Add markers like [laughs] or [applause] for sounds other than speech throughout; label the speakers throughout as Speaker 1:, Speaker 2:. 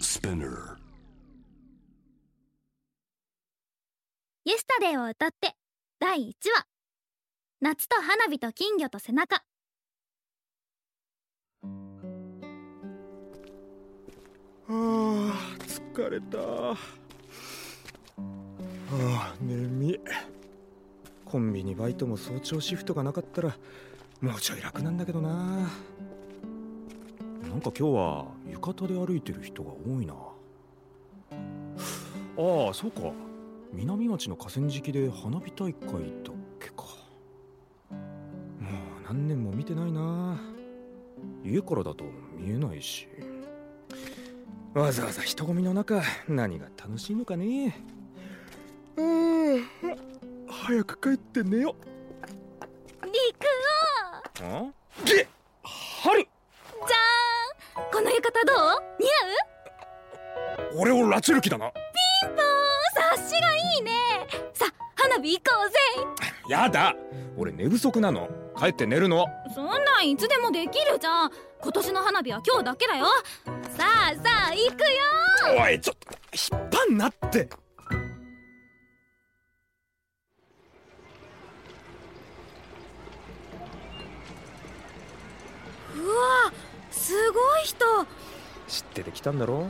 Speaker 1: Spinner.
Speaker 2: イエスタデイを歌って第1話夏と花火と金魚と背中
Speaker 3: はあ疲れたはあ眠いコンビニバイトも早朝シフトがなかったらもうちょい楽なんだけどななんか今日は浴衣で歩いてる人が多いなああそうか南町の河川敷で花火大会だっけかもう何年も見てないな家からだと見えないしわざわざ人混みの中何が楽しいのかねうん早く帰って寝よ
Speaker 2: 陸
Speaker 3: んげ春
Speaker 2: 王じゃーんこの浴衣どう似
Speaker 3: 俺を拉致る気だな
Speaker 2: 合う察しがいいねさ花火行こう
Speaker 3: やだ俺寝不足なの帰って寝るの
Speaker 2: ぜそんなんいつでもできるじゃん今年の花火は今日だけだよさあさあ行くよ
Speaker 3: おいちょっと引っ張んなって
Speaker 2: うわすごい人
Speaker 3: 知っててきたんだろ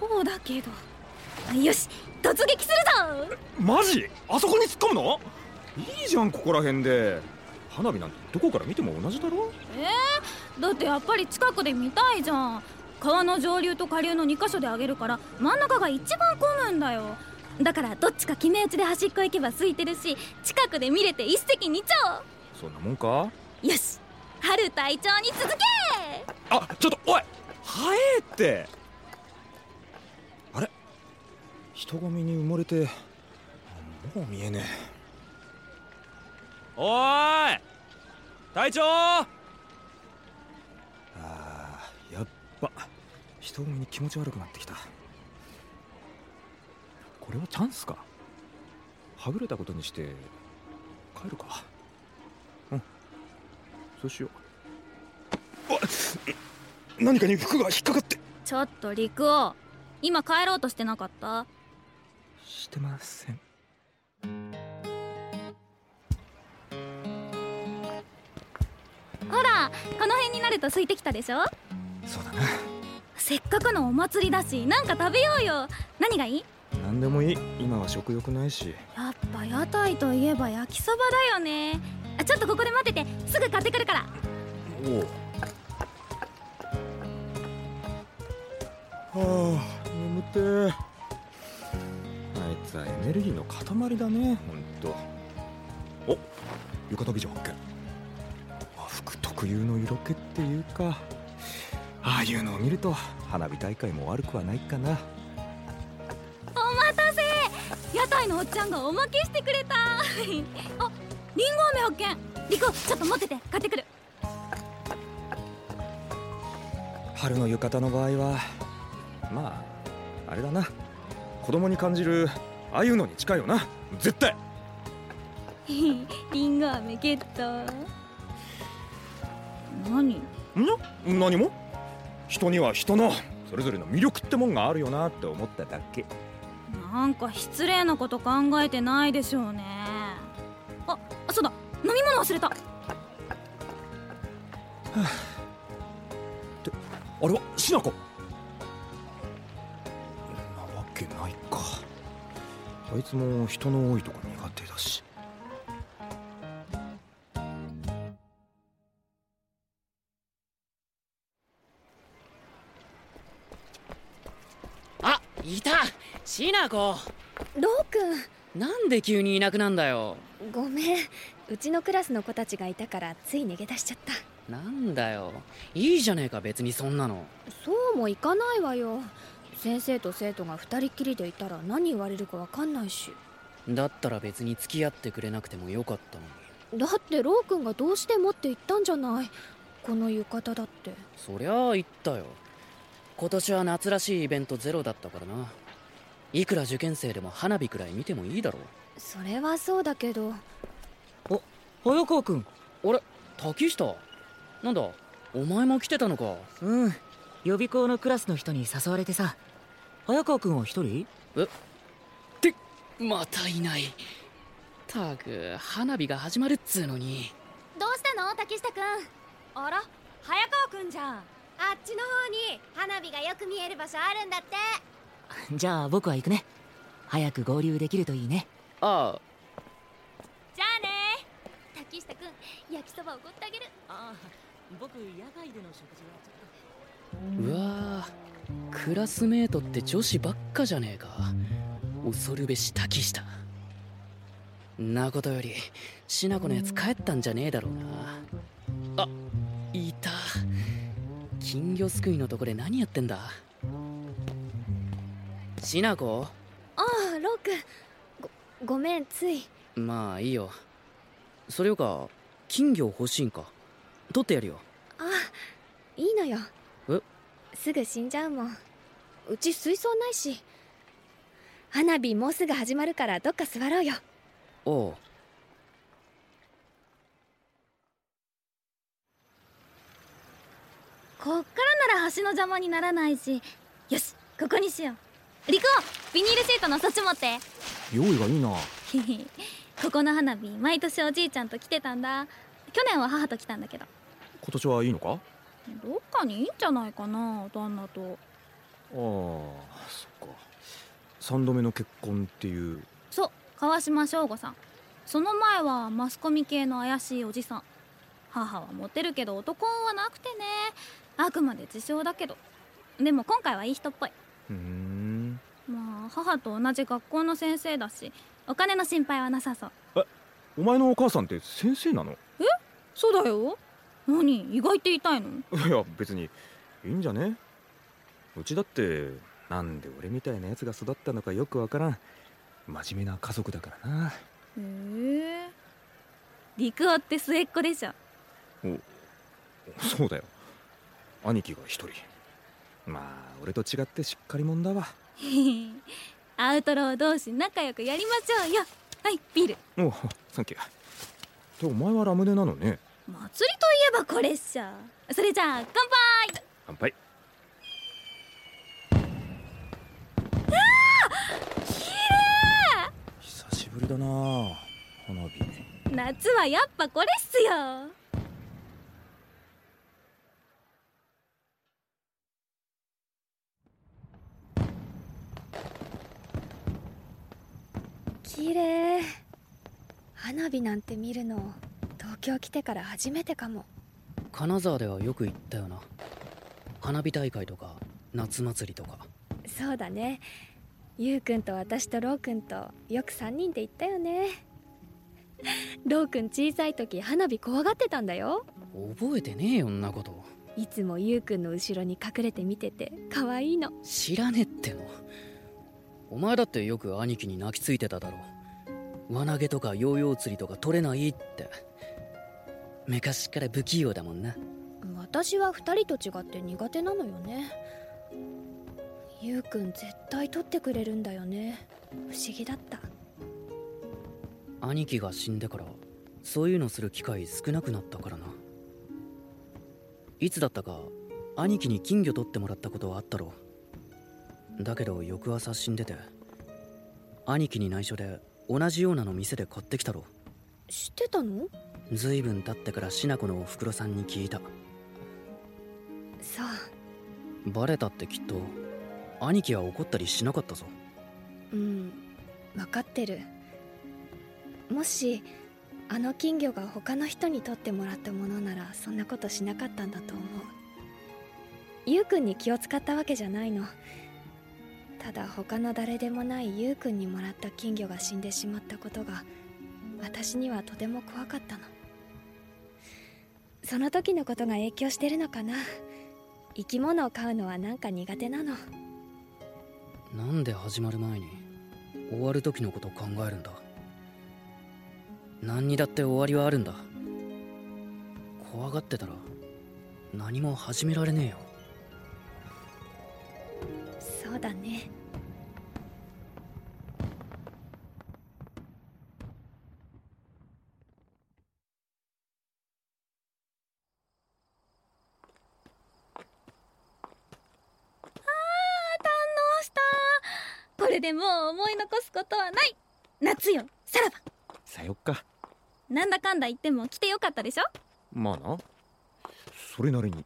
Speaker 2: そうだけどよし突撃するぞ
Speaker 3: マジあそこに突っ込むのいいじゃんここら辺で花火なんてどこから見ても同じだろ
Speaker 2: だってやっぱり近くで見たいじゃん川の上流と下流の2箇所であげるから真ん中が一番混むんだよだからどっちか決め打ちで端っこ行けば空いてるし近くで見れて一石二鳥
Speaker 3: そんなもんか
Speaker 2: よし春隊長に続け
Speaker 3: あちょっとおい早えってあれ人混みに埋もれてもう見えねえおーい隊長ああーやっぱ人混みに気持ち悪くなってきたこれはチャンスかはぐれたことにして帰るかうんそうしようわ何かに服が引っかかって
Speaker 2: ちょっと陸王今帰ろうとしてなかった
Speaker 3: してません
Speaker 2: ほらこの辺になると空いてきたでしょ
Speaker 3: そうだ
Speaker 2: せっかくのお祭りだしなんか食べようよ何がいい
Speaker 3: な何でもいい今は食欲ないし
Speaker 2: やっぱ屋台といえば焼きそばだよねあちょっとここで待っててすぐ買ってくるから
Speaker 3: おおはあ眠てーあいつはエネルギーの塊だねほんとお浴衣美女発見和服特有の色気っていうかああいうのを見ると花火大会も悪くはないかな
Speaker 2: お待たせ屋台のおっちゃんがおまけしてくれた [laughs] ありんご飴発見リコちょっと持ってて買ってくる [laughs]
Speaker 3: 春の浴衣の場合はまああれだな子供に感じるああいうのに近いよな絶対
Speaker 2: りんご飴ゲット何
Speaker 3: ん何も人には人のそれぞれの魅力ってもんがあるよなって思っただけ
Speaker 2: なんか失礼なこと考えてないでしょうねあそうだ飲み物忘れた
Speaker 3: あれはしなこなわけないかあいつも人の多いとこ苦手だし
Speaker 4: あいたシナコ
Speaker 5: ロウく
Speaker 4: なんで急にいなくなんだよ
Speaker 5: んごめんうちのクラスの子たちがいたからつい逃げ出しちゃった
Speaker 4: なんだよいいじゃねえか別にそんなの
Speaker 5: そうもいかないわよ先生と生徒が二人っきりでいたら何言われるかわかんないし
Speaker 4: だったら別に付き合ってくれなくてもよかったのに
Speaker 5: だってロウくんがどうしてもって言ったんじゃないこの浴衣だって
Speaker 4: そりゃあ言ったよ今年は夏らしいイベントゼロだったからないくら受験生でも花火くらい見てもいいだろ
Speaker 5: それはそうだけど
Speaker 4: 早川君あれ滝下なんだお前も来てたのか
Speaker 6: うん予備校のクラスの人に誘われてさ
Speaker 1: 早川君は一人
Speaker 4: ってまたいないたく花火が始まるっつうのに
Speaker 2: どうしたの竹下くんあら早川くんじゃん
Speaker 6: あっちの方に花火がよく見える場所あるんだって
Speaker 1: [laughs] じゃあ僕は行くね早く合流できるといいね
Speaker 4: ああ
Speaker 2: じゃあね
Speaker 6: 滝下くん焼きそばおごってあげる
Speaker 1: ああ僕野外での食
Speaker 4: う
Speaker 1: 事はちょっと
Speaker 4: わークラスメートって女子ばっかじゃねえか恐るべし滝下んなことよりしなこのやつ帰ったんじゃねえだろうなあいた金魚すくいのとこで何やってんだしなこ
Speaker 5: ああロー君ごごめんつい
Speaker 4: まあいいよそれよか金魚欲しいんか取ってやるよ
Speaker 5: あいいのよ
Speaker 4: え
Speaker 5: すぐ死んじゃうもんうち水槽ないし花火もうすぐ始まるからどっか座ろうよ
Speaker 4: おう
Speaker 2: こっからなら橋の邪魔にならないしよしここにしようリコビニールシートのそっち持って
Speaker 3: 用意がいいな
Speaker 2: へへここの花火毎年おじいちゃんと来てたんだ去年は母と来たんだけど
Speaker 3: 今年はいいのかあ
Speaker 2: どっかにいいんじゃないかな旦那と
Speaker 3: あそっか3度目の結婚っていう
Speaker 2: そう川島省吾さんその前はマスコミ系の怪しいおじさん母はモテるけど男運はなくてねあくまで自称だけどでも今回はいい人っぽいう
Speaker 3: ーん
Speaker 2: まあ母と同じ学校の先生だしお金の心配はなさそう
Speaker 3: お前のお母さんって先生なの [laughs]
Speaker 2: そうだよ何意外って痛いの
Speaker 3: いや別にいいんじゃねうちだってなんで俺みたいなやつが育ったのかよくわからん真面目な家族だからな
Speaker 2: へえ陸王って末っ子でしょ
Speaker 3: そうだよ兄貴が一人まあ俺と違ってしっかり者だわ
Speaker 2: へへ [laughs] アウトロー同士仲良くやりましょうよはいビール
Speaker 3: おうサンキューでお前はラムネなのね
Speaker 2: 祭りといえばこれっしょそれじゃあ乾杯
Speaker 3: 乾杯久しぶりだな花火
Speaker 2: 夏はやっぱこれっすよ
Speaker 5: 綺麗花火なんて見るの東京来てから初めてかも
Speaker 4: 金沢ではよく行ったよな花火大会とか夏祭りとか
Speaker 5: そうだねゆうくんと私とろうくんとよく3人で行ったよねろうくん小さい時花火怖がってたんだよ
Speaker 4: 覚えてねえよんなこと
Speaker 5: いつもゆうくんの後ろに隠れて見てて可愛いの
Speaker 4: 知らねえってのお前だってよく兄貴に泣きついてただろ輪投げとかヨーヨー釣りとか取れないって昔から不器用だもんな
Speaker 5: 私は2人と違って苦手なのよねゆうくん絶対取ってくれるんだよね不思議だった
Speaker 4: 兄貴が死んでからそういうのする機会少なくなったからないつだったか兄貴に金魚取ってもらったことはあったろだけど翌朝死んでて兄貴に内緒で同じようなの店で買ってきたろ
Speaker 5: 知ってたの
Speaker 4: ずいぶん経ってからしなこのおふくろさんに聞いた
Speaker 5: そう
Speaker 4: バレたってきっと兄貴は怒ったりしなかったぞ
Speaker 5: うん分かってるもしあの金魚が他の人に取ってもらったものならそんなことしなかったんだと思うゆうくんに気を使ったわけじゃないのただ他の誰でもないゆうくんにもらった金魚が死んでしまったことが私にはとても怖かったのその時のことが影響してるのかな生き物を飼うのはなんか苦手なの
Speaker 4: なんで始まる前に終わる時のこと考えるんだ何にだって終わりはあるんだ怖がってたら何も始められねえよ
Speaker 5: そうだね
Speaker 2: 堪能したれでもう思い残すことはない夏よさらば
Speaker 3: さよっか
Speaker 2: なんだかんだ言っても来てよかったでしょ
Speaker 3: まあなそれなりに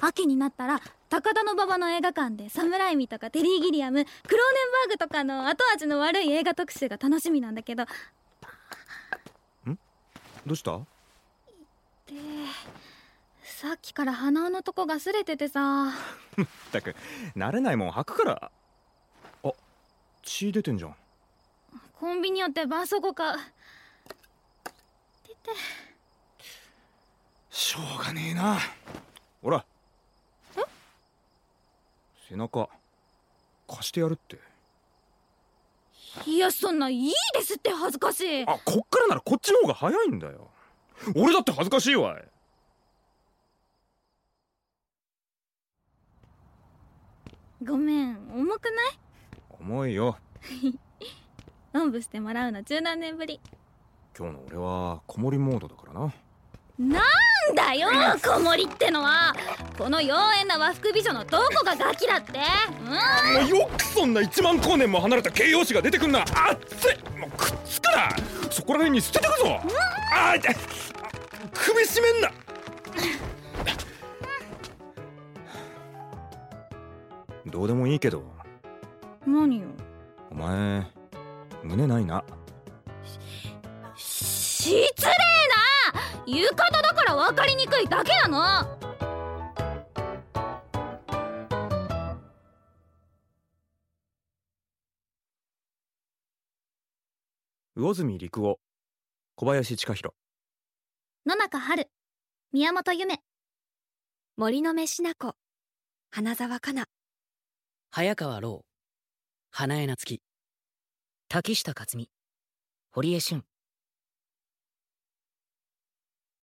Speaker 2: 秋になったら高田馬場の映画館で「サムライミ」とか「テリー・ギリアム」「クローネンバーグ」とかの後味の悪い映画特集が楽しみなんだけどで
Speaker 3: どうした
Speaker 2: さっきから鼻緒のとこが擦れててさ
Speaker 3: ったく慣れないもん履くからあ血出てんじゃん
Speaker 2: コンビニ寄ってばんそこか
Speaker 3: しょうがねえなほら背中貸してやるって
Speaker 2: いやそんないいですって恥ずかしい
Speaker 3: あこっからならこっちの方が早いんだよ俺だって恥ずかしいわい
Speaker 2: ごめん重くない
Speaker 3: 重いよ
Speaker 2: おんぶしてもらうの十何年ぶり
Speaker 3: 今日の俺は子守モードだからな
Speaker 2: なんだよ子守ってのはこの妖艶な和服美女のどこがガキだってう
Speaker 3: もうよくそんな1万光年も離れた形容詞が出てくんなあっついもうくっつくなそこら辺に捨ててくぞあー痛い首絞めんなどうでもいいけど
Speaker 2: ん何よ
Speaker 3: お前胸ないな
Speaker 2: 失礼な浴衣だから分かりにくいだけなの
Speaker 3: 魚住陸夫小林千佳弘
Speaker 2: 野中春宮本夢
Speaker 5: 森の飯な子花沢香菜
Speaker 4: 早川ろう花江夏樹
Speaker 1: 滝下克美堀江俊